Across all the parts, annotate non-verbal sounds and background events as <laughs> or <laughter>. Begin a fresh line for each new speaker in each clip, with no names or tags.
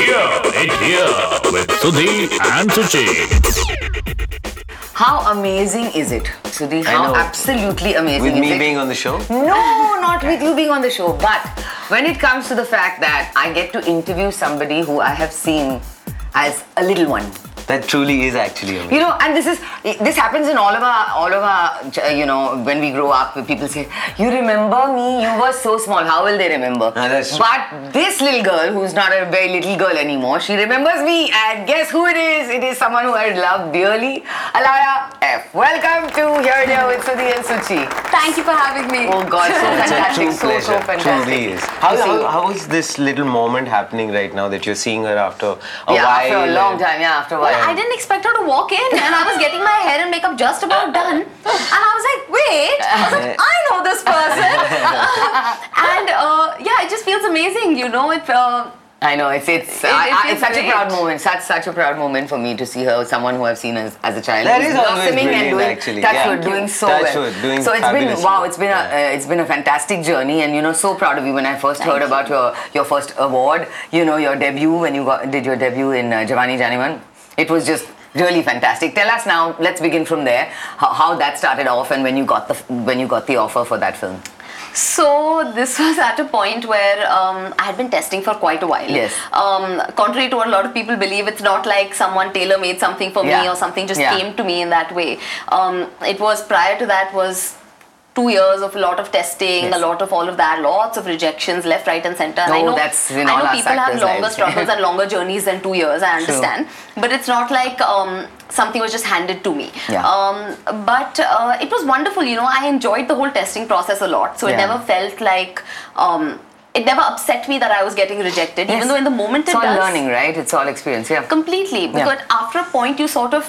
It's here with Sudhi and Suchi.
How amazing is it, Sudhi? How
know.
absolutely amazing
With
is
me
it?
being on the show?
no, not with you being on the show. But when it comes to the fact that I get to interview somebody who I have seen as a little one,
That truly is actually amazing.
you know, and this is this happens in all of our all of our you know when we grow up, people say, "You remember me? You were so small. How will they remember?"
Ah, that's true.
but this little girl, who's not a very little girl anymore, she remembers me, and guess who it is? It is someone who I love dearly, Alaya F. Welcome to Here and Here with Sudhi and Suchi.
Thank you for having me.
Oh God, so
<laughs> It's a
fantastic,
true
so
pleasure.
so fantastic.
truly is. How,
You see-
how, how is this little moment happening right now that you're seeing her after a
yeah,
while?
after a long
and-
time. Yeah, after a while.
I didn't expect her to walk in, and I was getting my hair and makeup just about done, and I was like, wait, I was like, I know this person,
<laughs>
and uh, yeah, it just feels amazing, you know. It uh,
I know it's it's
It-
I,
it
I,
feels
it's such a
great.
proud moment. Such such a proud moment for me to see her, someone who I've seen as, as a child.
That
who's
is always
blossoming and
brilliant,
doing,
actually.
touch
Yeah.
wood, doing so
Touch
well.
wood, doing
so it's been
fabulously.
wow. It's been a uh, it's been a fantastic journey, and you know, so proud of you. When I first heard about your your first award, you know, your debut when you got did your debut in uh, Giovanni Janiman, it was just. Really fantastic. Tell us now. Let's begin from there. How, how that started off, and when you got the when you got the offer for that film.
So this was at a point where um, I had been testing for quite a while.
Yes.
Um, contrary to what a lot of people believe, it's not like someone tailor made something for me
Yeah.
or something just
Yeah.
came to me in that way. Um, it was prior to that was two years of a lot of testing,
Yes.
a lot of all of that, lots of rejections left, right, and center. And I
Oh,
know,
that's in
I
all
know
our
people have
sectors,
longer
right?
struggles and longer journeys than two years. I understand, but it's not like um, something was just handed to me.
Yeah.
Um, but uh, it was wonderful. You know, I enjoyed the whole testing process a lot, so it
Yeah.
never felt like. Um, it never upset me that I was getting rejected,
Yes.
even though in the moment
It's
it
all
does
learning, right? It's all experience. Yeah.
completely because after a point you sort of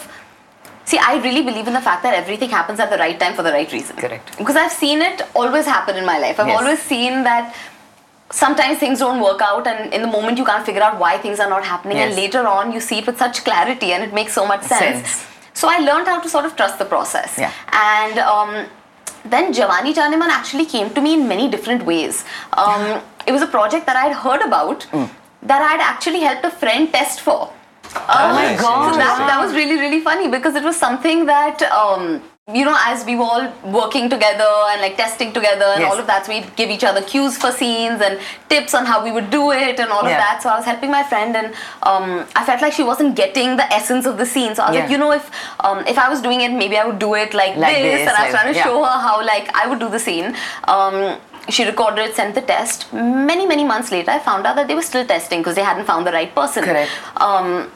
see i really believe in the fact that everything happens at the right time for the right reason
Correct.
because i've seen it always happen in my life i've
Yes.
always seen that sometimes things don't work out and in the moment you can't figure out why things are not happening and
Yes.
later on you see it with such clarity and it makes so much sense,
Sense.
so i learned how to sort of trust the process
Yeah.
and um, then Javani Janiman actually came to me in many different ways. Um, it was a project that I had heard about that I had actually helped a friend test for. Oh
my God.
So that, that was really, really funny because it was something that, um, you know, as we were all working together and like testing together and
Yes.
all of that, so we'd give each other cues for scenes and tips on how we would do it and all of
Yeah.
that. So I was helping my friend and um, I felt like she wasn't getting the essence of the scene. So I was
Yeah.
like, you know, if um, if I was doing it, maybe I would do it like,
Like
this,
this,
And I was
like-
trying to
yeah.
show her how like I would do the scene. Um, she recorded it, sent the test. Many, many months later, I found out that they were still testing because they hadn't found the right person.
Correct.
Um,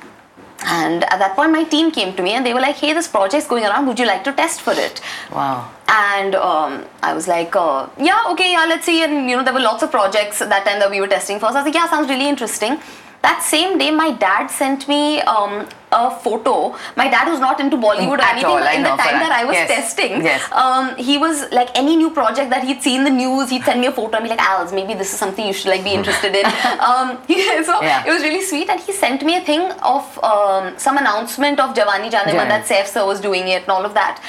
and at that point, my team came to me and they were like, hey, this project's going around. Would you like to test for it?
Wow.
And um, I was like, uh, yeah, okay, yeah, let's see. And you know, there were lots of projects at that time that we were testing for. So I was like, yeah, sounds really interesting. That same day, my dad sent me um, a photo. My dad was not into Bollywood or
At
anything,
all,
but
I
in
know,
the time
Farhan.
that I was
Yes,
testing,
yes.
um, he was like any new project that he'd seen in the news, he'd send me a photo and be like, Al's, maybe this is something you should like be
<laughs>
interested in. um, <laughs> yeah, so
Hmm. Yeah.
it was really sweet, and he sent me a thing of um, some announcement of Javani Janiman
Janiman.
that Saif sir was doing it and all of that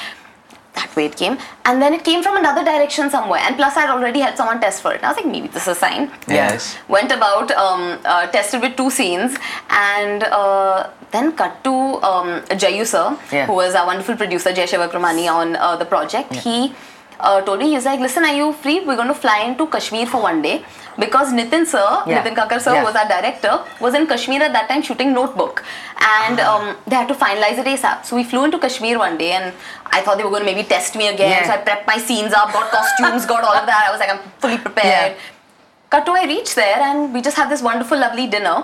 that way it came and then it came from another direction somewhere and plus i'd already had someone test for it and i was like maybe this is a sign
Yes.
went about um, uh, tested with two scenes and uh, then cut to um, jayu sir
Yeah.
who was our wonderful producer jay shivakramani on uh, the project he uh, told me he was like listen are you free we're going to fly into kashmir for one day because nitin sir
Yeah.
nitin kakar sir
Yeah.
was our director was in kashmir at that time shooting notebook and
Ah.
um, they had to finalize it asap so we flew into kashmir one day and i thought they were going to maybe test me again
Yeah.
so i prepped my scenes up got costumes got all of that i was like i'm fully prepared
Yeah.
Cut to I reach there and we just have this wonderful, lovely dinner.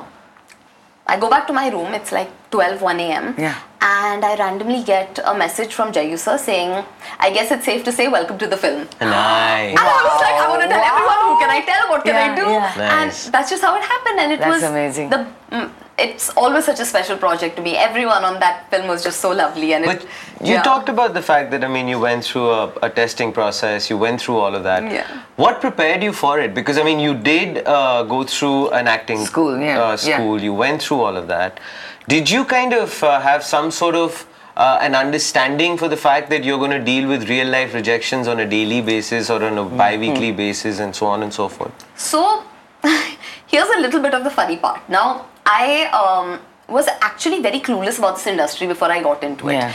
I go back to my room, it's like 12, 1 a.m.
Yeah.
And I randomly get a message from Jayusa saying, I guess it's safe to say, welcome to the film.
Nice.
And I was like, I want to tell
Wow.
everyone, who can I tell, what can
Yeah,
I do?
yeah.
Nice.
And that's just how it happened. And it
That's
was
amazing.
The, mm, it's always such a special project to me. Everyone on that film was just so lovely. And
But
it,
you
yeah.
talked about the fact that I mean you went through a, a testing process, you went through all of that.
Yeah.
What prepared you for it? Because I mean you did uh, go through an acting
School, yeah,
uh,
yeah.
school. You went through all of that. Did you kind of uh, have some sort of uh, an understanding for the fact that you're going to deal with real life rejections on a daily basis or on a
Mm-hmm.
bi-weekly basis and so on and so forth?
<laughs> So here's a little bit of the funny part. Now, I um, was actually very clueless about this industry before I got into it.
Yeah.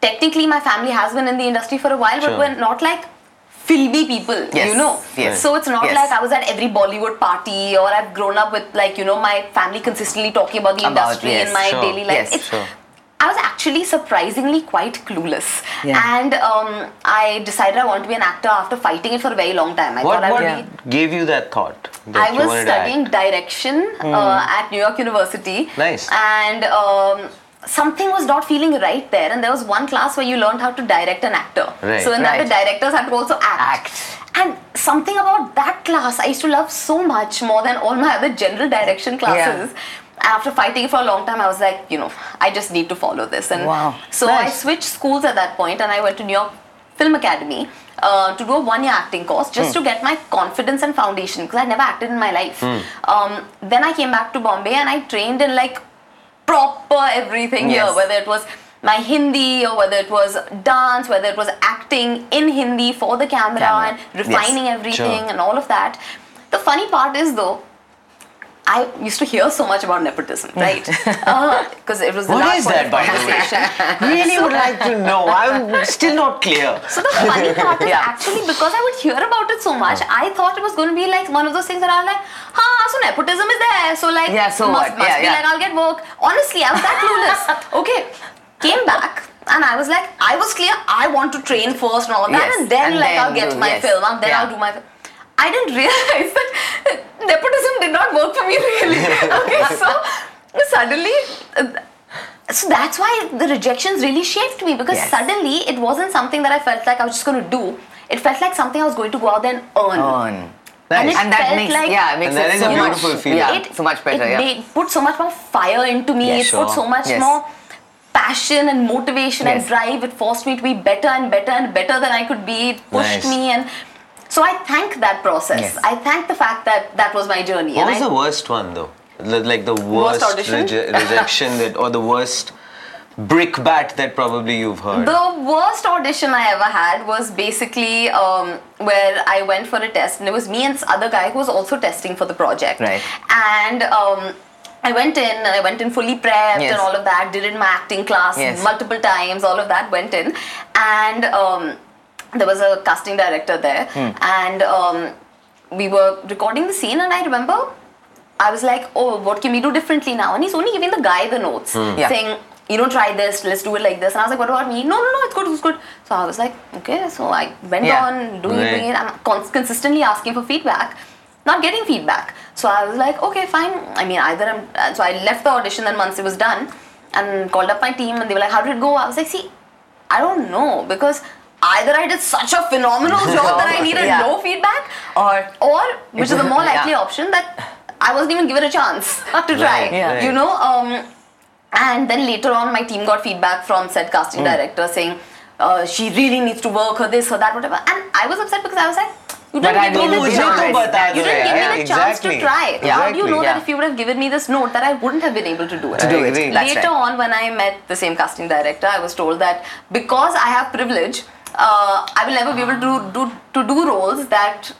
Technically, my family has been in the industry for a while, but
Sure.
we're not like filmy people,
Yes,
you know.
yes,
So it's not
yes.
like I was at every Bollywood party or I've grown up with like you know my family consistently talking about the
About,
industry
yes,
in my
sure,
daily life.
yes.
It's-
Sure.
I was actually surprisingly quite clueless,
Yeah.
and um, I decided I want to be an actor after fighting it for a very long time. I
What,
thought I
what
would
Yeah.
be
gave you that thought? That
I
you
was
wanted to act? Hmm.
studying direction uh, at New York University.
Nice.
And um, something was not feeling right there. And there was one class where you learned how to direct an actor.
Right.
So in that, the
Right.
directors had to also act.
Act.
And something about that class I used to love so much more than all my other general direction classes. And After fighting for a long time, I was like, you know, I just need to follow this. And
Wow.
so I
Nice.
switched schools at that point, and I went to New York Film Academy uh, to do a one-year acting course
Hmm.
just to get my confidence and foundation because I never acted in my life.
Hmm.
Um, then I came back to Bombay and I trained in like proper everything
Yes.
here, whether it was my Hindi or whether it was dance, whether it was acting in Hindi for the camera,
Camera.
and refining
Yes.
everything
Sure.
and all of that. The funny part is though. I used to hear so much about nepotism, right?
<laughs>
Because it was the
What
last
is
point
that,
of
by the way?
conversation.
Really would like to
<laughs>
know. I'm still not clear.
So the
<laughs>
funny part is
Yeah. Oh.
actually because I would hear about it so much, I thought it was going to be like one of those things that I'm like, ha, so nepotism is there. So like,
Yeah, so
must,
what?
must
Yeah,
be
yeah.
like I'll get work. Honestly, I was that clueless.
<laughs>
okay, came back and I was like, I was clear. I want to train first and all that,
Yes,
and then
and then
like I'll get
do-
my
yes.
film and then
Yeah.
I'll do my. film. I didn't realize that <laughs> nepotism did not work for me
<laughs>
really. okay, so suddenly. uh, so that's why the rejections really shaped me because
Yes.
suddenly it wasn't something that I felt like I was just going to do. It felt like something I was going to go out there and earn.
on.
And
Oh, Nice.
it
And that
felt
makes
like-
yeah, it makes
And that
it
is
so
a
much
beautiful feeling.
yeah, so much better.
It
yeah.
made- put so much more fire into me.
Yeah,
it
sure.
put so much
Yes.
more passion and motivation and
Yes.
drive. It forced me to be better and better and better than I could be. It pushed
Nice.
me and so I thank that process.
Yes.
I thank the fact that that was my journey.
What
and
was
I-
the worst one though? The- Like the worst,
audition? <laughs>
reje- rejection that, or the worst brickbat that probably you've heard.
The worst audition I ever had was basically um, where I went for a test, and it was me and this other guy who was also testing for the project.
Right.
And um, I went in, and I went in fully prepped
Yes.
and all of that. Did in my acting class
Yes.
multiple times, all of that. Went in, and um, there was a casting director there,
Hmm.
and um, we were recording the scene, and I remember I was like, oh, what can we do differently now? And he's only giving the guy the notes,
Yeah.
saying, you don't try this, let's do it like this. And I was like, what about me? No, no, no, it's good, it's good. So I was like, okay. So I went
Yeah.
on doing
Right.
it, doing it. I'm cons- consistently asking for feedback, not getting feedback. So I was like, okay, fine. I mean, either I'm. uh, So I left the audition, and once it was done, and called up my team, and they were like, how did it go? I was like, see, I don't know because either I did such a phenomenal
<laughs>
job that I needed
Yeah.
no feedback,
Or-
or which is the more likely
Yeah.
option that I wasn't even given a chance <laughs> to try.
Right, Yeah. right.
You know, um, and then later on, my team got feedback from said casting director saying uh, she really needs to work her this her that whatever. And I was upset because I was like, you
But I
didn't give
don't
me
know,
the
मुझे तो
chance.
बता
You
दो
didn't give
यार,
me the chance to
exactly,
try. How do you
exactly,
know that
yeah.
if you would have given me this note that I wouldn't have been able to do it?
to do
I
it.
agree.
That's
Later
right.
on, when I met the same casting director, I was told that because I have privilege, uh, I will never be able to do, to do roles that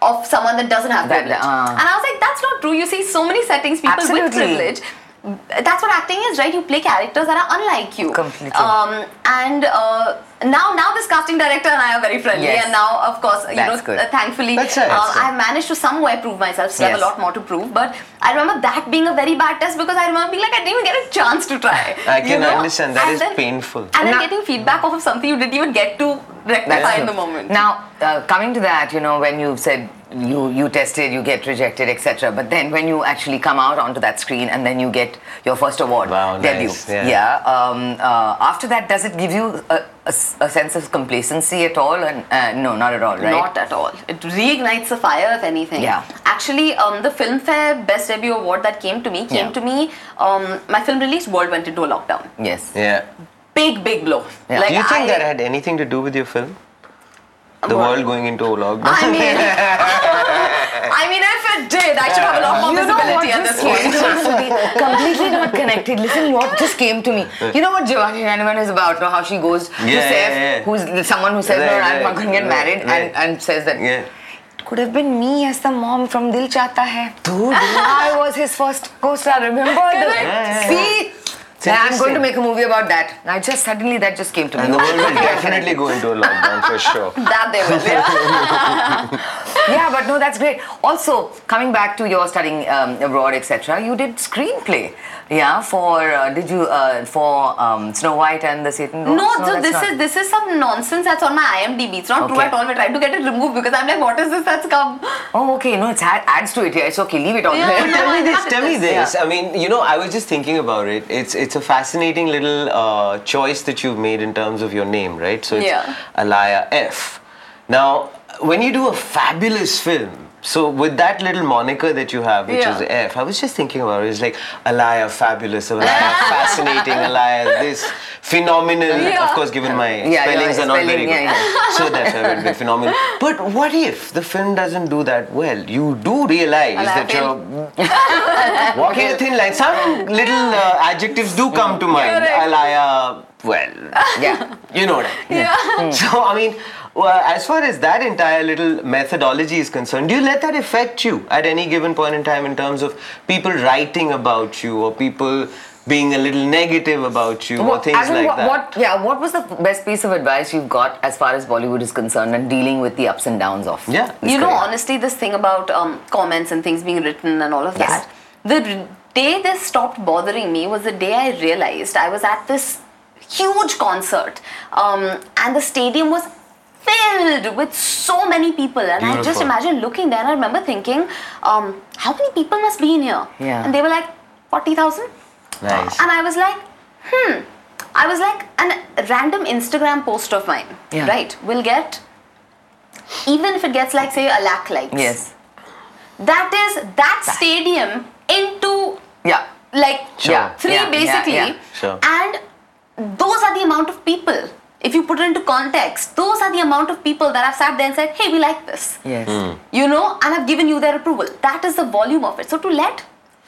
of someone that doesn't have
That-
privilege.
ah.
And I was like, that's not true. You see, so many settings, people with
Absolutely.
privilege. That's what acting is, right? You play characters that are unlike you.
Completely.
Um, and uh, now, now this casting director and I are very friendly.
Yes.
And now, of course, you
That's
know,
good.
uh, thankfully,
That's right.
um,
That's right.
I've managed to somewhere prove myself. Still have a
Yes.
lot more to prove. But I remember that being a very bad test because I remember being like, I didn't even get a chance to try.
<laughs> I
you
can
know?
understand. That
And
is
then-
painful.
And then
Now-
getting feedback off of something you didn't even get to rectify
That's
in the
true.
moment.
Now, uh, coming to that, you know, when you said you you tested, you get rejected, etc. But then when you actually come out onto that screen and then you get your first award
Wow, nice.
debut,
Yeah.
Um, uh, after that, does it give you a, a s- a sense of complacency at all? And uh, no, not at all, right?
Not at all. It reignites the fire, if anything.
Yeah.
Actually, um, the Filmfare Best Debut Award that came to me came
Yeah.
to me. Um, my film release world went into a lockdown.
yes.
yeah.
Big, big blow.
Yeah.
Do you think
I-
that had anything to do with your film? The
Well,
world going into a lockdown.
<laughs> I mean, <laughs> I mean, if it did, I should have a lot more
You know what
visibility at
just
this
came
point.
to me today? Completely not connected. Listen, what just came to me? You know what Giovanni Raniman is about? No, how she goes to
Yeah,
Seth,
yeah, yeah.
who's someone who says,
Right,
"No, I'm
right,
not going to get
right,
married,"
right.
and and says that.
<laughs> yeah.
could have been me as the mom from Dil Chata Hai. Dude,
<laughs>
I was his first co-star. Remember? The,
Correct.
See,
Yeah, I'm going to
interesting.
make a movie about that. I just suddenly that just came to me.
And the world
<laughs>
will definitely go into a lockdown for sure.
<laughs> That they
<laughs>
will.
yeah, but no, that's great. Also, coming back to your studying um, abroad, etc., you did screenplay. Yeah, for uh, did you uh, for um, Snow White and the Satan? Rose?
No, so
that's
this
not-
is this is some nonsense that's on my IMDb. It's not true
Okay.
at all. We tried to get it removed because I'm like, what is this that's come?
Oh, okay. No, it adds to it. Yeah, it's okay. Leave it on
Yeah,
<laughs> there.
no,
tell me
I
this.
love
Tell me
this.
this. I mean, you know, I was just thinking about it. It's it's a fascinating little uh, choice that you've made in terms of your name, right? So it's
Yeah.
Alaya F. Now, when you do a fabulous film, so with that little moniker that you have, which
Yeah.
is F, I was just thinking about it. It's like Alaya fabulous,
<laughs>
Alaya fascinating, Alaya this phenomenal. Of
Yeah.
course, given my
Yeah, your
spellings are not very
spelling,
good.
yeah, yeah.
So that's why it would be phenomenal. But what if the film doesn't do that well? You do realize
I'll
that
have
you're walking a thin line. Some little uh, adjectives do come to mind.
Correct.
Alaya, well,
Yeah.
you know what I mean. <laughs> So, I mean, well, as far as that entire little methodology is concerned, do you let that affect you at any given point in time in terms of people writing about you or people being a little negative about you or
What,
things
as in
like
what,
that?
what- yeah, what was the best piece of advice you've got as far as Bollywood is concerned and dealing with the ups and downs of?
Yeah.
this
you know,
career?
honestly, this thing about um, comments and things being written and all of
Yes.
that. The r- day this stopped bothering me was the day I realized I was at this huge concert, um, and the stadium was filled with so many people, and I just
Beautiful.
imagine looking there. And I remember thinking, um, how many people must be in here?
Yeah.
And they were like forty thousand.
Nice.
And I was like, hmm. I was like, an random Instagram post of mine,
Yeah.
right, will get, even if it gets like, say, a lakh likes.
Yes.
That is that stadium into
Yeah.
like
Sure.
yeah, three
Yeah, yeah,
basically.
yeah.
Sure.
And those are the amount of people. If you put it into context, those are the amount of people that have sat there and said, hey, we like this
Yes.
Hmm.
you know, and have given you their approval. That is the volume of it. So to let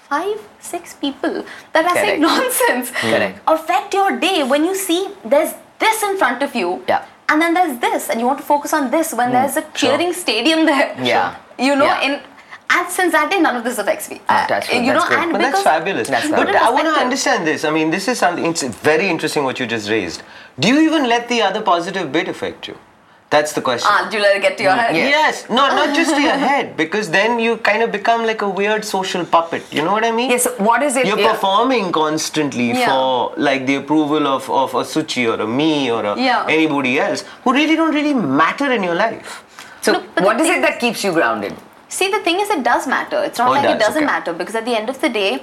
five, six people that are saying nonsense
<laughs> Correct.
affect your day when you see there's this in front of you,
Yeah. Hmm.
and then there's this, and you want to focus on this when there's a cheering stadium there.
Yeah.
<laughs> You know,
Yeah.
in and since that day, none of this affects me.
Ah, that's good,
you know,
that's good.
and
But that's
because
fabulous.
That's
but
fabulous.
I want to
Perspective.
understand this. I mean, this is something. It's very interesting what you just raised. Do you even let the other positive bit affect you? That's the question.
Ah, do you let it get to your
Hmm,
head?
Yes, no,
<laughs>
not just to your head, because then you kind of become like a weird social puppet. You know what I mean?
Yes. What is it?
You're
yeah.
performing constantly
Yeah.
for like the approval of, of a Suchi or a me or a
Yeah.
anybody else who really don't really matter in your life.
So,
No, but the
what is
thing-
it that keeps you grounded?
See, the thing is, it does matter. It's not
Oh, it
like it
does,
doesn't
okay.
matter because at the end of the day,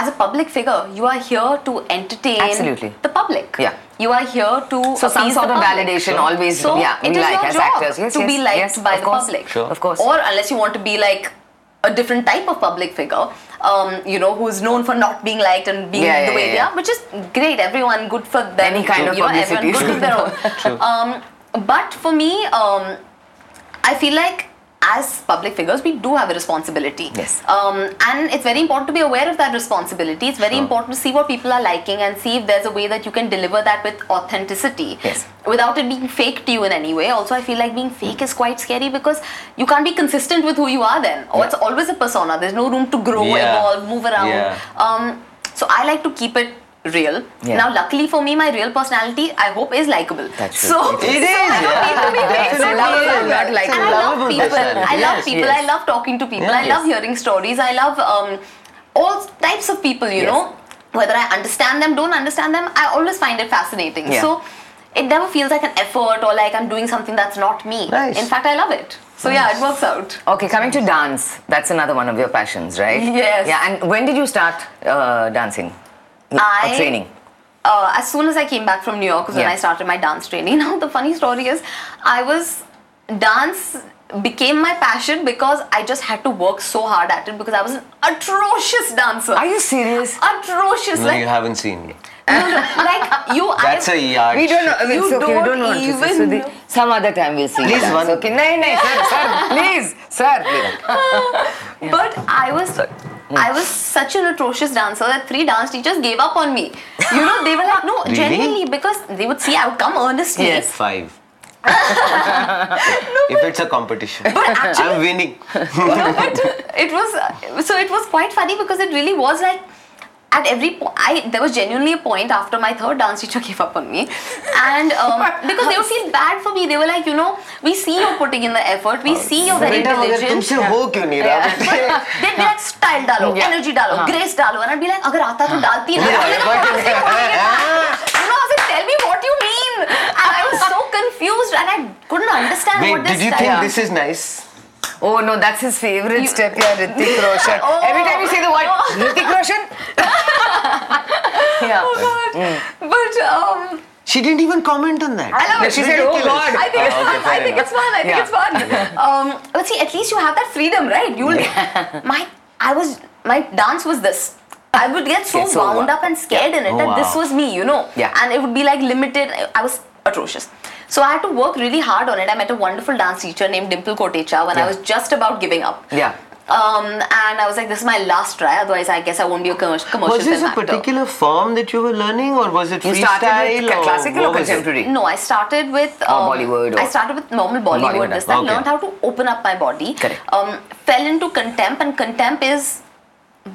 as a public figure, you are here to entertain
Absolutely.
the public.
Yeah.
You are here to
So some
appease
sort
the
of
public.
validation always.
So
yeah,
it
we
is
like
your
as
job
actors. Yes,
to
yes,
be liked
yes,
by
of
the
course.
public.
Sure.
Of course.
Or unless you want to be like a different type of public figure, um, you know, who's known for not being liked and being
Yeah,
the
yeah,
way
yeah,
they
yeah.
are, which is great. Everyone good for them.
Any kind of
you know, everyone
publicity
good for
is
their
good.
own. Um, but for me, um, I feel like as public figures, we do have a responsibility.
Yes.
Um, and it's very important to be aware of that responsibility. It's very important to see what people are liking and see if there's a way that you can deliver that with authenticity.
Yes.
Without it being fake to you in any way. Also, I feel like being fake is quite scary because you can't be consistent with who you are then. Or it's always a persona. There's no room to grow,
Yeah.
evolve, move around.
Yeah.
Um, so I like to keep it real.
Yeah.
Now, luckily for me, my real personality, I hope, is likable.
That's true.
so
It
is,
so I don't
yeah.
need to be fake.
It's a
So
lovable,
I love
not
it.
likable.
And I love
Lovable
people.
personality.
I love
Yes,
people.
yes.
I love talking to people.
Yeah.
I love hearing stories. I love um, all types of people. You
Yes.
know, whether I understand them, don't understand them, I always find it fascinating.
Yeah.
So it never feels like an effort or like I'm doing something that's not me.
Nice.
In fact, I love it. So yeah, it works out. <laughs>
Okay, coming to dance, that's another one of your passions, right?
Yes.
Yeah, and when did you start uh, dancing? Or
I-
training.
uh, as soon as I came back from New York was when
Yeah.
I started my dance training. <laughs> Now the funny story is, I was dance became my passion because I just had to work so hard at it because I was an atrocious dancer.
Are you serious?
atrocious?
No,
like
you haven't seen me.
no, no, like you.
That's
I,
a yard.
We don't know.
shit.
It's
You
okay, we don't
don't
know. what to say.
even
So the-
know.
some other time we'll see.
Please,
you dance,
one-
Okay, no, no, sir, sir, please, sir. please.
But I was
Mm.
I was such an atrocious dancer that three dance teachers gave up on me. You know, they were like, no,
Really?
genuinely because they would see I would come earnestly.
Yes.
Five. if it's a competition. <laughs>
But actually,
I'm winning.
no, but it was so it was quite funny because it really was like at every point I there was genuinely a point after my third dance teacher gave up on me, and
<laughs>
um, because they would feel bad for me, they were like, you know, we see you're putting in the effort, we see you're very
बेटा मगर तुमसे
diligent.
हो क्यों नहीं रहा <laughs> बेटे?
They'd be like, style डालो,
Yeah.
energy डालो, grace डालो, and I'd be like, अगर आता तो डालती है ना,
Uh-huh. Yeah, but- <laughs>
I'm like, "I'm not saying what you mean." You know, I was like, tell me what you mean, and I was so confused, and I couldn't understand
Wait,
what this
did you
style-
think this is nice?
Oh no, that's his favorite
You-
step, yeah, Ritik Roshan.
<laughs> Oh.
Every time you say the word
Oh.
Ritik
<laughs>
Roshan,
Yeah.
Oh God.
Mm.
But um,
She didn't even comment on that.
I love it.
she said, "Oh God."
I think it's
Oh, okay,
fun. <laughs> I
fair
think
enough.
it's fun. I think
Yeah.
it's fun. Um, but see, at least you have that freedom, right? You will. <laughs> My, I was my dance was this. I would get so
Okay, so
wound
what?
up and scared in it
Oh,
that this
wow.
was me, you know.
Yeah.
And it would be like limited. I- I was atrocious. So I had to work really hard on it. I met a wonderful dance teacher named Dimple Kotecha when I was just about giving up.
Yeah.
Um, and I was like, this is my last try. Otherwise, I guess I won't be a commercial commercial
Was this
film
a
actor.
particular form that you were learning, or was it
You
freestyle?
started with
or
cl- classical or
what was it?
contemporary?
No, I started with um,
Or Oh, Bollywood or-
I started with normal Bollywood.
Bollywood,
this that
okay.
learned how to open up my body.
Correct.
Um, fell into contempt, and contempt is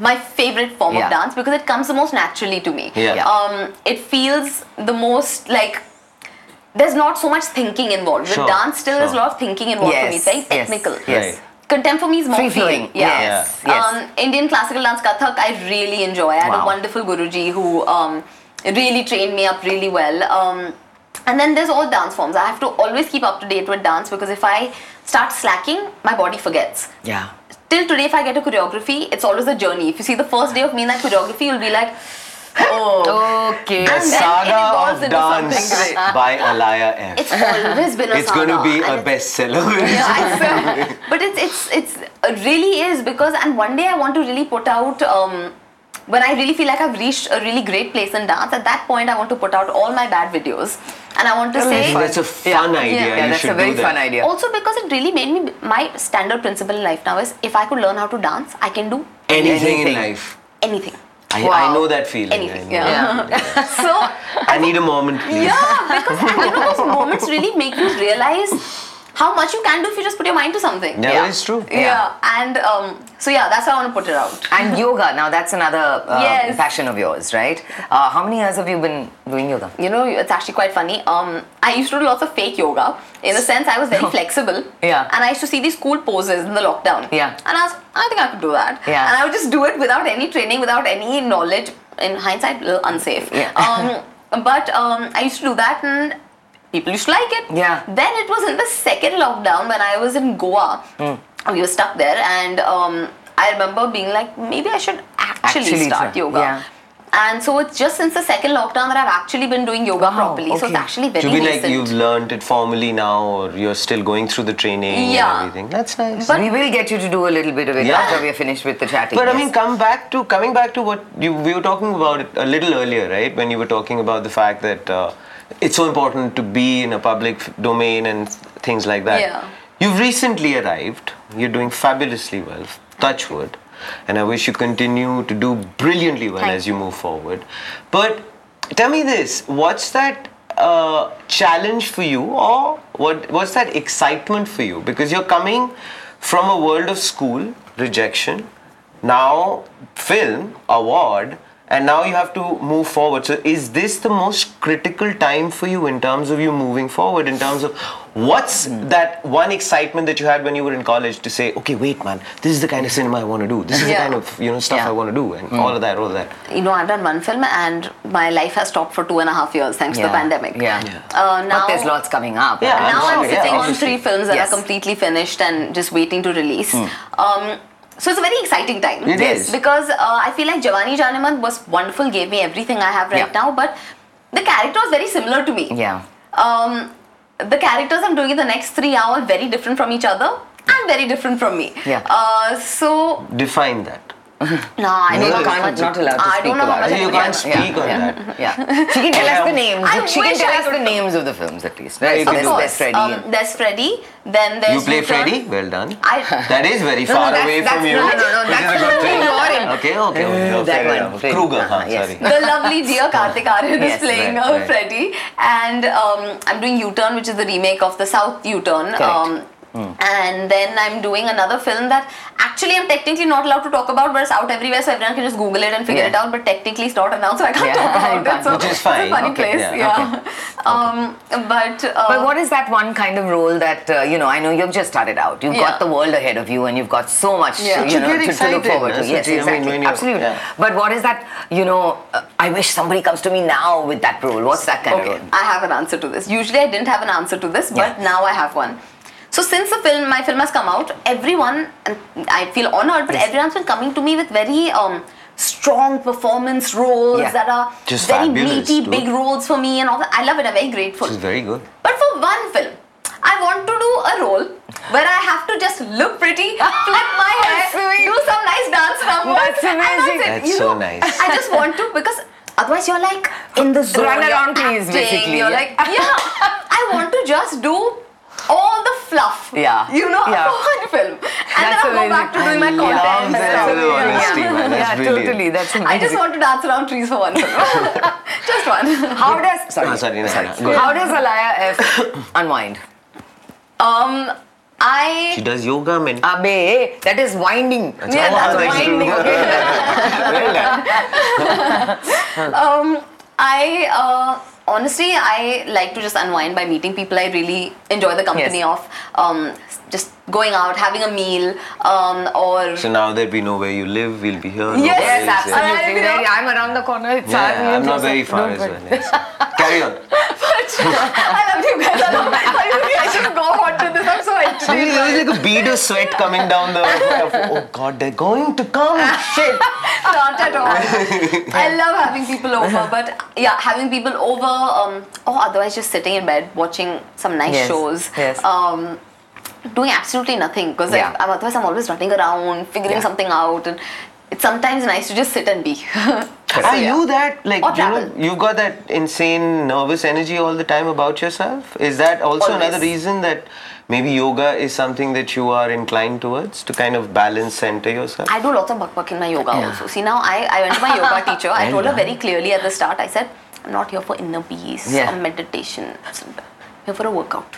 my favorite form of
Yeah.
dance because it comes the most naturally to me.
Yeah.
Yeah.
Um, it feels the most like. There's not so much thinking involved. With
Sure,
dance, still there's a
sure.
lot of thinking involved for me. It's very
Yes, yes,
technical.
Yes.
Right.
Contempt for me is more
Free flowing.
feeling. Yeah.
Yes, yes.
Um, Indian classical dance Kathak, I really enjoy. I had a
Wow.
wonderful Guruji who um, really trained me up really well. Um, and then there's all dance forms. I have to always keep up to date with dance because if I start slacking, my body forgets.
Yeah.
Till today, if I get a choreography, it's always a journey. If you see the first day of me in that choreography, you'll be like, oh,
Okay.
The
And then it
Saga
evolves
of
into something
Dance
great.
by Alaya F. <laughs>
it's always been a
It's going to
saga.
be
And
a
it's-
bestseller.
<laughs> Yeah,
<laughs>
I swear. but it's it's it's it really is because and one day I want to really put out um, when I really feel like I've reached a really great place in dance. At that point, I want to put out all my bad videos, and I want to
I
say
think that's a fun idea.
Yeah,
Yeah,
you
that's
should
a very
do that.
fun idea.
also because it really made me my standard principle in life now is if I could learn how to dance, I can do
Anything, in
Anything.
life.
anything.
I, I
Wow.
know that feeling. I,
Anything,
know
yeah.
that feeling.
<laughs> So
I need a moment, please.
Yeah, because and you know those moments really make you realize how much you can do if you just put your mind to something.
Yeah,
Yeah.
that is true.
Yeah, and um, so yeah, that's how I want to put it out.
And yoga. Now that's another uh,
Yes.
passion of yours, right? Uh, how many years have you been doing yoga?
You know, it's actually quite funny. Um, I used to do lots of fake yoga. In the sense, I was very flexible.
Yeah.
And I used to see these cool poses in the lockdown.
Yeah.
And I was, I think I could do that.
Yeah.
And I would just do it without any training, without any knowledge. In hindsight, a little unsafe.
Yeah.
Um, but um, I used to do that and people used to like it.
Yeah.
Then it was in the second lockdown when I was in Goa.
Mm.
We were stuck there, and um, I remember being like, maybe I should actually,
Actually
start
try.
yoga.
Yeah.
And so it's just since the second lockdown that I've actually been doing yoga
Wow,
properly. So it's
okay.
actually very
To be like
recent.
you've learned it formally now, or you're still going through the training
Yeah.
and everything. That's nice.
we will get you to do a little bit of it
Yeah.
after we're finished with the chatting.
But I
yes.
mean, come back to coming back to what you we were talking about it a little earlier, right? When you were talking about the fact that uh, it's so important to be in a public f- domain and things like that.
Yeah.
You've recently arrived. You're doing fabulously well. Touch wood, and I wish you continue to do brilliantly well
Thank
as you move forward. But tell me this: what's that? Uh, challenge for you or what what's that excitement for you because you're coming from a world of school rejection now film award and now you have to move forward so is this the most critical time for you in terms of you moving forward in terms of what's that one excitement that you had when you were in college to say okay wait man this is the kind of cinema i want to do this is the
Yeah.
kind of you know stuff
Yeah.
i want to do and all of that all of that
you know, I've done one film and my life has stopped for two and a half years thanks to the
Yeah.
pandemic.
Yeah.
Uh, now,
but there's lots coming up.
Yeah,
right?
I'm
now I'm
sure, yeah,
sitting on
obviously.
three films that
Yes. Hmm.
are completely finished and just waiting to release. Um, so it's a very exciting time.
It is.
Because uh, I feel like Javani Janeman was wonderful, gave me everything I have right
Yeah.
now, but the character was very similar to me.
Yeah.
um, the characters I'm doing in the next three are all very different from each other and very different from me.
Yeah.
Uh, so
define that
No, I
No,
don't
you
know.
can't-
how much-
not allowed to
I
speak
don't know how
about
much.
it.
I
You
would
can't
like.
yeah,
speak on
yeah.
that.
<laughs>
Yeah. She can tell us the names.
I
she can
wish
tell
I
us the
could-
names of the films at least.
you
Right. So
can
Of
do
there's
that.
course.
Best Freddy.
Um, there's Freddy. Then there's
You play
Newton.
Freddy? Well done.
I.
That is very
no,
far
that's-
away
that's
from you.
not- no, no,
which is
that's
a good
not
thing.
ignoring.
Okay, okay. no,
that
fair
one,
enough.
Freddy.
Kruger, huh,
Uh-huh, yes.
sorry.
the lovely dear Kartik Aaryan
Yes,
is playing
right,
uh,
right.
Freddy, and um, I'm doing U-Turn, which is the remake of the South U-Turn. Um,
Correct.
Hmm.
And then I'm doing another film that actually I'm technically not allowed to talk about, but it's out everywhere, so everyone can just Google it and figure
Yeah.
it out. But technically, it's not announced, so I can't
Yeah,
talk
you
about
can't.
it. So
Which
is fine.
It's a funny
Okay,
place,
yeah,
yeah. Um, but uh,
But what is that one kind of role that uh, you know? I know you've just started out. You've got
Yeah.
the world ahead of you, and you've got so much
Yeah. But
you
you
know
get
to, to look
excited,
forward to.
that's
Yes,
what you- I mean,
exactly,
when you-
absolutely.
yeah.
But what is that? You know, uh, I wish somebody comes to me now with that role. What's that kind
okay,
of role?
I have an answer to this. Usually I didn't have an answer to this, but
Yeah.
now I have one. So since the film, my film has come out, everyone, and I feel honored, but everyone's been coming to me with very um, strong performance roles
Yeah.
that are
Just
very
fabulous,
meaty,
dude.
big roles for me and all that. I love it. I'm very grateful.
This is very good.
But for one film, I want to do a role where I have to just look pretty, flip my hair,
Sweet.
do some nice dance numbers.
That's
and
amazing.
it,
That's
you
so
know?
nice.
I just want to because otherwise you're like in the zone.
Run
you're
around please,
acting,
basically,
You're
yeah. <laughs>
like, yeah, I want to just do all the fluff.
Yeah.
You know, <laughs>
Yeah.
for one film. And
That's
then I'll go back to
amazing.
doing my
I
love
content and
that.
stuff.
That's amazing. Honesty, man. That's
yeah,
brilliant.
totally. That's amazing.
<laughs> I just want to dance around trees
<laughs>
for one film. <laughs> just one.
How does sorry,
Ah, sorry, no, no, no. Go
How does Alaya F <coughs> unwind?
<coughs> Um, I
She does yoga, man.
<laughs> Abe, that is winding.
Yeah,
Oh,
that's
that's
winding,
true.
okay.
<laughs> Well done.
Um, I uh, honestly I like to just unwind by meeting people I really enjoy the company
Yes.
of. Um, just going out, having a meal, um, or
So now that we know where you live, we'll be here.
Yes,
Yes,
Yes, yes.
absolutely.
Yeah.
Very- I'm around the corner. It's hard, you
Yeah, I'm
know,
not
so-
very far
Don't
as
worry.
well. yes. Carry on.
<laughs> I love you guys. I love. I, really, <laughs> I should go on to this.
<laughs>
I'm so
I mean,
entertained.
there was like a bead of sweat coming down the. Oh God, they're going to come.
Ah,
Shit.
Not at
<laughs>
all. I love having people over,
Uh-huh.
but yeah, having people over, um, or otherwise just sitting in bed watching some nice
Yes,
shows.
yes.
Um, doing absolutely nothing because
Yeah.
I'm otherwise I'm always running around figuring
Yeah.
something out, and it's sometimes nice to just sit and be. <laughs> So,
Are
Oh, yeah.
you that like
Or
you know
travel.
you've got that insane nervous energy all the time about yourself? Is that also
Always.
another reason that maybe yoga is something that you are inclined towards to kind of balance center yourself?
I do lots of bak bak in my yoga also. See, now I, I went to my
<laughs>
yoga teacher. I told her very clearly at the start. I said, I'm not here for inner peace
Yeah.
or meditation. I'm here for a workout.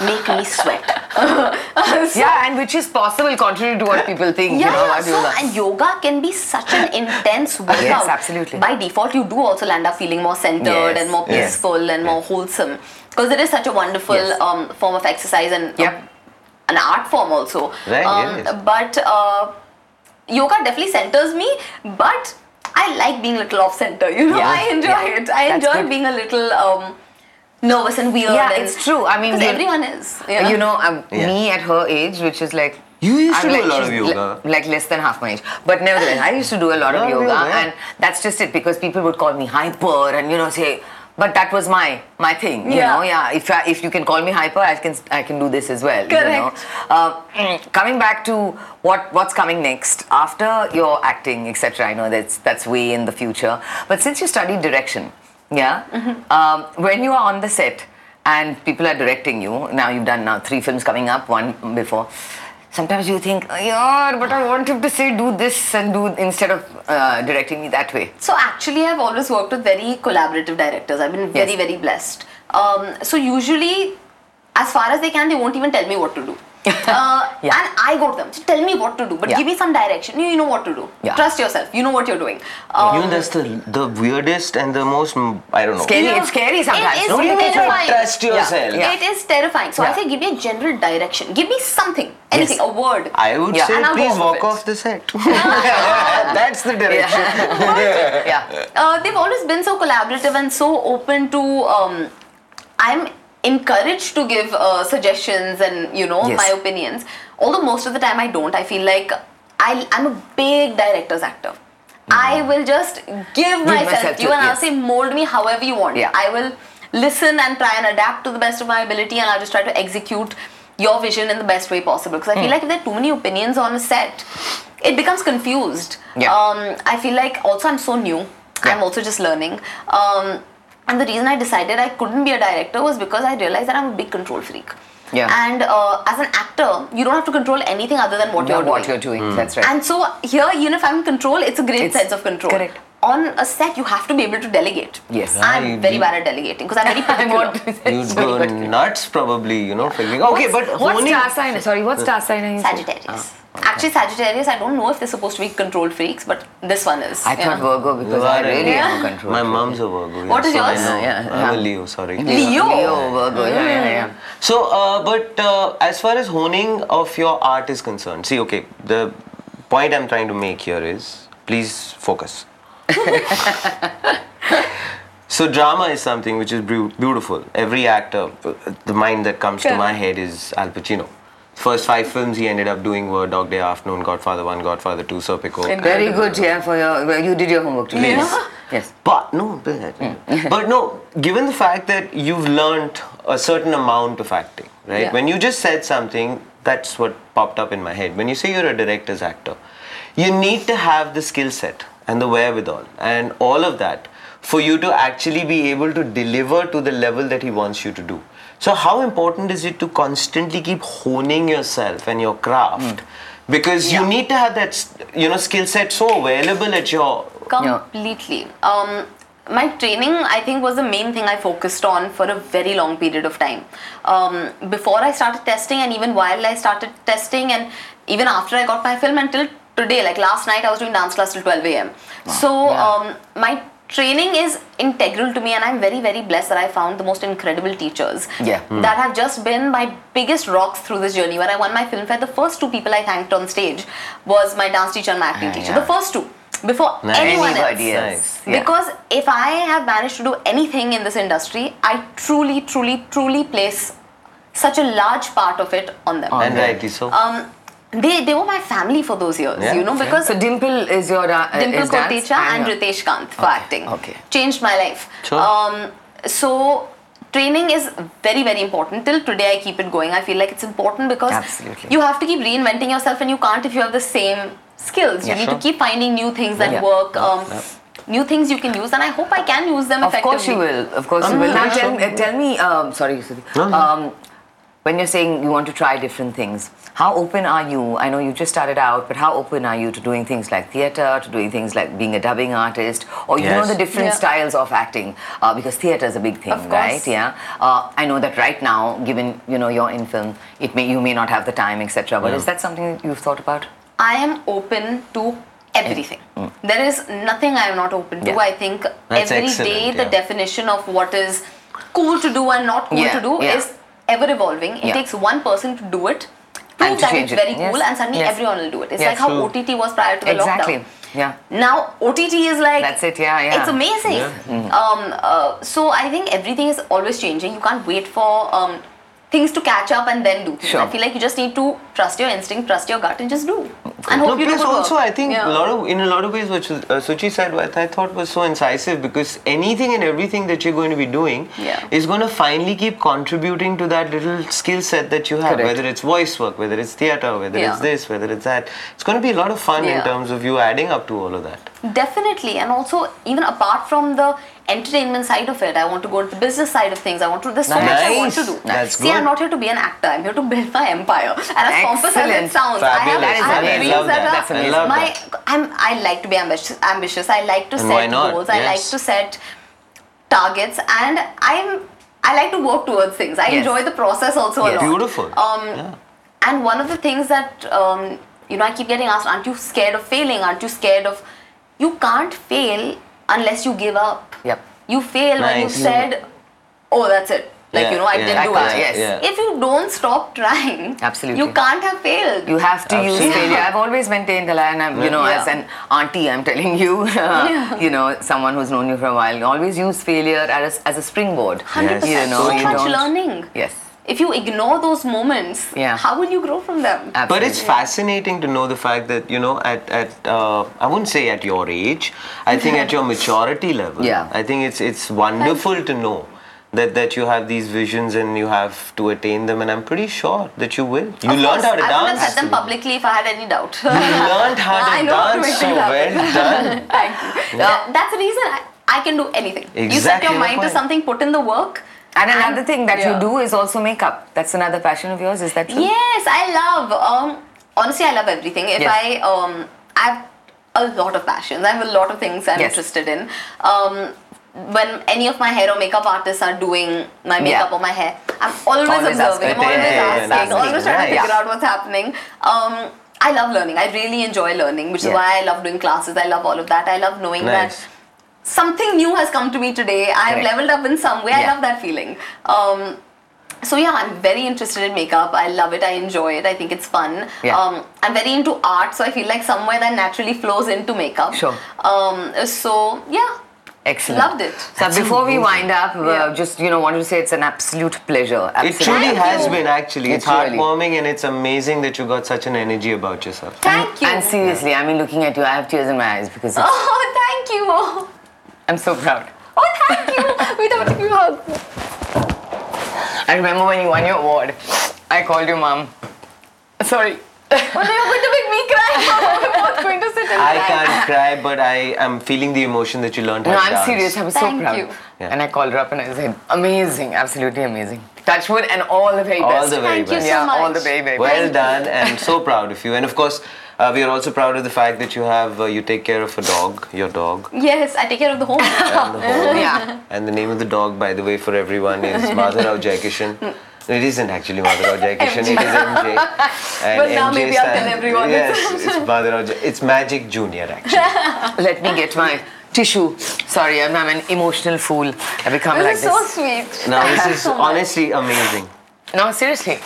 Make me sweat. So-
Yeah, and which is possible contrary to what
<laughs>
people think.
Yeah,
you know, about
yeah.
yoga.
So, and yoga can be such an
<laughs>
intense workout.
absolutely.
By default, you do also land up feeling more centered
Yes,
and more
yes.
peaceful and more wholesome because it is such a wonderful
Yes.
um, form of exercise and um,
Yep.
an art form also.
Right,
Um,
yes.
But uh, yoga definitely centers me, but I like being a little off center. You know,
Yeah,
I enjoy
yeah.
it. I
That's
enjoy
good.
being a little um, nervous and weird.
Yeah,
and-
it's true. I mean,
because
you-
everyone is. yeah.
You know, um,
Yeah.
me at her age, which is like.
You used to
I'm
do
like,
a lot of
she's
yoga.
Like, like less than half my age. But nevertheless, I used to do a
<laughs>
lot of
Lot of
yoga,
yoga, yeah.
and that's just it because people would call me hyper and, you know, say, but that was my my thing, you
Yeah.
know. Yeah, if I, if you can call me hyper, I can I can do this as well. You know?
Correct.
Uh, coming back to what what's coming next after your acting, etc. I know that's that's way in the future, but since you studied direction, yeah,
Mm-hmm.
um, when you are on the set and people are directing you, now you've done now three films coming up, one before. Sometimes you think, "Oh, yeah, but I want him to say do this and do instead of uh, directing me that
<laughs>
way.
So actually, I've always worked with very collaborative directors. I've been very,
Yes.
very blessed. Um, so usually, as far as they can, they won't even tell me what
<laughs>
to do. Uh,
Yeah.
And I go to them. "Just Tell me what to do, but
Yeah.
give me some direction. You, you know what to do.
Yeah.
Trust yourself. You know what you're doing. Um,
you know, that's the the weirdest and the most mm, I don't know.
Scary. It's scary sometimes.
It is
Don't
you think
terrifying.
you trust yourself?
Yeah.
It is terrifying. So I
Yeah.
say, give me a general direction. Give me something, anything, a word.
I would
Yeah.
say
And I'll go
please
off of
walk
it.
off the set. <laughs>
<laughs>
that's the direction.
<laughs> Yeah.
uh, they've always been so collaborative and so open to um, i'm encouraged to give uh, suggestions and you know
Yes.
my opinions although most of the time i don't i feel like I, i'm a big director's actor i will just give myself
Mm-hmm. myself
to you
to-
and i'll
yes.
say mold me however you want
Yeah.
i will listen and try and adapt to the best of my ability and i'll just
Mm.
try to execute your vision in the best way possible because i feel like if there are too many opinions on a set it becomes confused.
Yeah.
Um, I feel like also I'm so new. I'm also just learning. Um, and the reason I decided I couldn't be a director was because I realized that I'm a big control freak.
Yeah.
And uh, as an actor, you don't have to control anything other than what
Not
you're doing.
what you're doing. That's right.
And so here, even if I'm in control, it's a great
It's-
sense of control.
correct.
On a set, you have to be able to delegate.
Yes.
I'm very bad at delegating because
<laughs>
I'm very
<laughs>
particular.
You'd go nuts probably, you know, figuring. Okay,
what's,
but
what's
honing-
star sign? Sorry, what's star sign? are you-
Sagittarius. Actually, Sagittarius, I don't know if they're supposed to be control freaks, but this one is.
I thought
yeah.
Virgo because I
Right.
really
Yeah.
am a control.
My
freak.
mom's a Virgo.
What
yeah,
is
so I
yours?
know.
Yeah, yeah.
I'm a Leo. Sorry.
Leo.
Leo, Virgo. Yeah, yeah, yeah.
So, uh, but uh, as far as honing of your art is concerned, see, okay, the point I'm trying to make here is please focus. so, drama is something which is beau- beautiful. Every actor, uh, the mind that comes to my head is Al Pacino. First five films he ended up doing were Dog Day Afternoon, Godfather 1, Godfather 2, Serpico.
Mm.
Very good, yeah, for your. well, You did your homework today.
Yes.
Yes.
But no, but, but no, given the fact that you've learned a certain amount of acting, right?
Yeah.
When you just said something, that's what popped up in my head. When you say you're a director's actor, you need to have the skill set and the wherewithal and all of that for you to actually be able to deliver to the level that he wants you to do. So, how important is it to constantly keep honing yourself and your craft? Because you need to have that, s- you know, skill set so available at your
Completely. Um, my training, I think, was the main thing I focused on for a very long period of time. Um, before I started testing, and even while I started testing, and even after I got my film, until today, like last night, I was doing dance class till 12 a.m. So, um, my training is integral to me, and I'm very, very blessed that I found the most incredible teachers
Yeah. Hmm.
that have just been my biggest rocks through this journey. When I won my film fair, the first two people I thanked on stage was my dance teacher and my acting
Ah,
teacher.
yeah.
The first two. Before
Nice.
anyone
Anybody
else.
else. Yeah.
Because if I have managed to do anything in this industry, I truly, truly, truly place such a large part of it on
Oh.
them.
And rightly so.
Um, they, they were my family for those years,
Yeah.
you know, because
So Dimple is your da- uh,
Dimple
is dance
Kotecha and
your-
Ritesh Kant for acting.
okay.
Changed my life.
Sure.
Um, so training is very very important till today i keep it going i feel like it's important because
Absolutely.
you have to keep reinventing yourself and you can't if you have the same skills you
Yeah,
need
sure.
to keep finding new things that
Yeah.
work um, new things you can use and i hope i can use them
Of
effectively
course you will. Of course
Mm-hmm.
you will. Now tell, uh, tell me. Um, sorry, sorry.
No, no.
Um, when you're saying you want to try different things, how open are you? I know you just started out, but how open are you to doing things like theatre, to doing things like being a dubbing artist, or you
Yes.
know the different
Yeah.
styles of acting? Uh, because theatre is a big thing,
Of course.
right? Yeah. Uh, I know that right now, given you know you're in film, it may you may not have the time, etc. But is that something that you've thought about?
I am open to everything. There is nothing I am not open to.
Mm. Yeah.
I think
That's
every
excellent,
day the
yeah.
definition of what is cool to do and not cool
Yeah,
to do
yeah.
is ever evolving. It
Yeah.
takes one person to do it, prove
to
that
change
it's
it.
very
Yes,
cool, and suddenly
yes.
everyone will do it. It's
Yes,
like how
true.
OTT was prior to the
exactly.
lockdown.
Yeah.
Now OTT is like
That's it, yeah, yeah.
It's amazing.
Yeah. Mm-hmm.
Um, uh, so I think everything is always changing. You can't wait for um, things to catch up and then do things.
Sure.
I feel like you just need to trust your instinct, trust your gut, and just do. And hope
no,
you do
plus
good
also
work.
I think
Yeah.
a lot of in a lot of ways what Su- uh, Suchi said what I thought was so incisive because anything and everything that you're going to be doing
Yeah.
is going to finally keep contributing to that little skill set that you have
Correct.
whether it's voice work whether it's theater whether
Yeah.
it's this whether it's that it's going to be a lot of fun in
Yeah.
terms of you adding up to all of that
Definitely, and also even apart from the entertainment side of it, I want to go to the business side of things. I want to. There's so much I want to
Nice.
do.
That's
See, I'm
good.
not here to be an actor. I'm here to build my empire. And as pompous as it
Excellent.
sounds, I
Fabulous.
have, I have
That is
dreams
amazing.
that are
That's amazing.
I love
my. I'm. I like to be ambitious. Ambitious. I like to
And why
set
not?
goals. I
Yes.
like to set targets, and I'm. I like to work towards things. I
Yes.
enjoy the process also a
Yes.
lot.
beautiful
Um,
yeah.
and one of the things that um, you know, I keep getting asked, aren't you scared of failing? Aren't you scared of? You can't fail unless you give up.
Yep.
You fail when you
Nice.
said, "Oh, that's it." Like
Yeah,
you know, I
yeah,
didn't do
yeah,
it.
yes.
yeah.
If you don't stop trying,
Absolutely.
you can't have failed.
You have to use
Absolutely.
failure. I've always maintained, Alaya, and I'm, you know,
Yeah.
as an auntie, I'm telling you, <laughs> uh, you know, someone who's known you for a while, you always use failure as, as a springboard.
Hundred
Yes,
percent.
you know,
so
you
much
don't-
learning.
Yes,
If you ignore those moments,
Yeah.
how will you grow from them?
absolutely.
But it's fascinating to know the fact that you know at at uh, I wouldn't say at
<laughs>
your age, I think at your maturity level.
Yeah.
I think it's it's wonderful to know that that you have these visions and you have to attain them and i'm pretty sure that you will you
Of
learned
course,
how to
I wouldn't
dance
have said them publicly if I had any doubt.
you learned
<laughs>
how to
I know how to
dance
make
so
things happen.
well done
<laughs> Thank you. That- that's the reason I, I can do anything. You set
Exactly
your
the
mind to
point.
something, put in the work.
And another thing that
yeah.
you do is also makeup. That's another passion of yours. Is that true?
Yes, I love. Um, honestly, I love everything. If
Yes.
I um, I've a lot of passions. I have a lot of things I'm
Yes.
interested in. Um, when any of my hair or makeup artists are doing my makeup
Yeah.
or my hair, I'm always,
Always
observing. I'm
asking.
always
Yeah,
asking.
asking.
Always trying to
Nice.
figure out what's happening. Um, I love learning. I really enjoy learning, which is
Yeah.
why I love doing classes. I love all of that. I love knowing
nice
that something new has come to me today. I've
Correct.
leveled up in some way. I
Yeah.
love that feeling. Um, so yeah, I'm very interested in makeup. I love it. I enjoy it. I think it's fun.
Yeah.
Um, I'm very into art, so I feel like somewhere that naturally flows into makeup.
Sure.
Um, so yeah,
Excellent.
loved it.
So before we wind up, uh,
Yeah.
just you know, wanted to say it's an absolute pleasure.
it truly
Thank
has
you.
been actually it's,
It's really-
heartwarming and it's amazing that you got such an energy about yourself
Thank you.
And seriously, I mean, looking at you, I have tears in my eyes because it's-
<laughs> oh, thank you. Oh,
I'm so proud.
thank you. Without you, hug.
I remember when you won your award, I called your mom. Sorry.
Oh, no, you're going to make me cry. <laughs> I'm not going to sit and
I
cry. <laughs>
can't cry, but I am feeling the emotion that you learned how
No,
to
I'm
dance.
serious. I was so
Thank
proud.
you.
Yeah.
And I called her up and I said, amazing, absolutely amazing. Touchwood and all the very
All
best.
the very
Thank you
best.
so
yeah,
much.
all the very, very
Well
best.
done, and so proud of you. And of course, uh, we are also proud of the fact that you have uh, you take care of a dog, your
<laughs>
dog.
Yes, I take care of the home.
And the,
<laughs>
whole-
Yeah.
and the name of the dog, by the way, for everyone is
<laughs>
Madhurao Jaikishan. It isn't actually Madhurao Jaikishan. it is MJ. And
But now maybe I'll tell
stand-
everyone.
Yes, it's Madhurao. Ja- It's Magic Junior actually.
<laughs>
Let me get my tissue. Sorry, I'm, I'm an emotional fool. I become like
<laughs> this is
this.
so sweet.
Now this is honestly amazing.
No, seriously.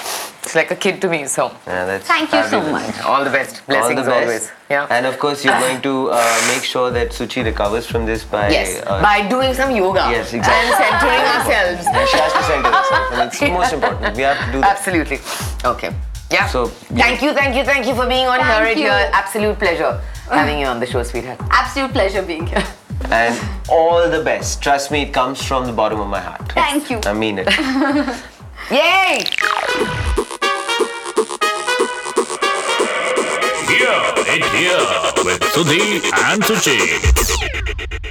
It's like a kid to me, so.
Yeah, that's
Thank you so
fabulous.
much.
All the best.
All the
Blessings
best.
always. Yeah.
And of course, you're going to uh, make sure that Suchi recovers from this by
yes.
uh,
By doing some yoga.
Yes, exactly.
And centering ourselves.
And she has to center herself, and
<laughs>
it's most important. We have to do that.
Absolutely. Okay. Yeah.
So, yeah.
thank you, thank you, thank you for being on
Thank
Her It
you.
Here. Absolute pleasure having you on the show, sweetheart.
Absolute pleasure being here.
And all the best. Trust me, it comes from the bottom of my heart.
Thank you.
I mean it.
Yay!
Here, it here with Sudhi and Suchi.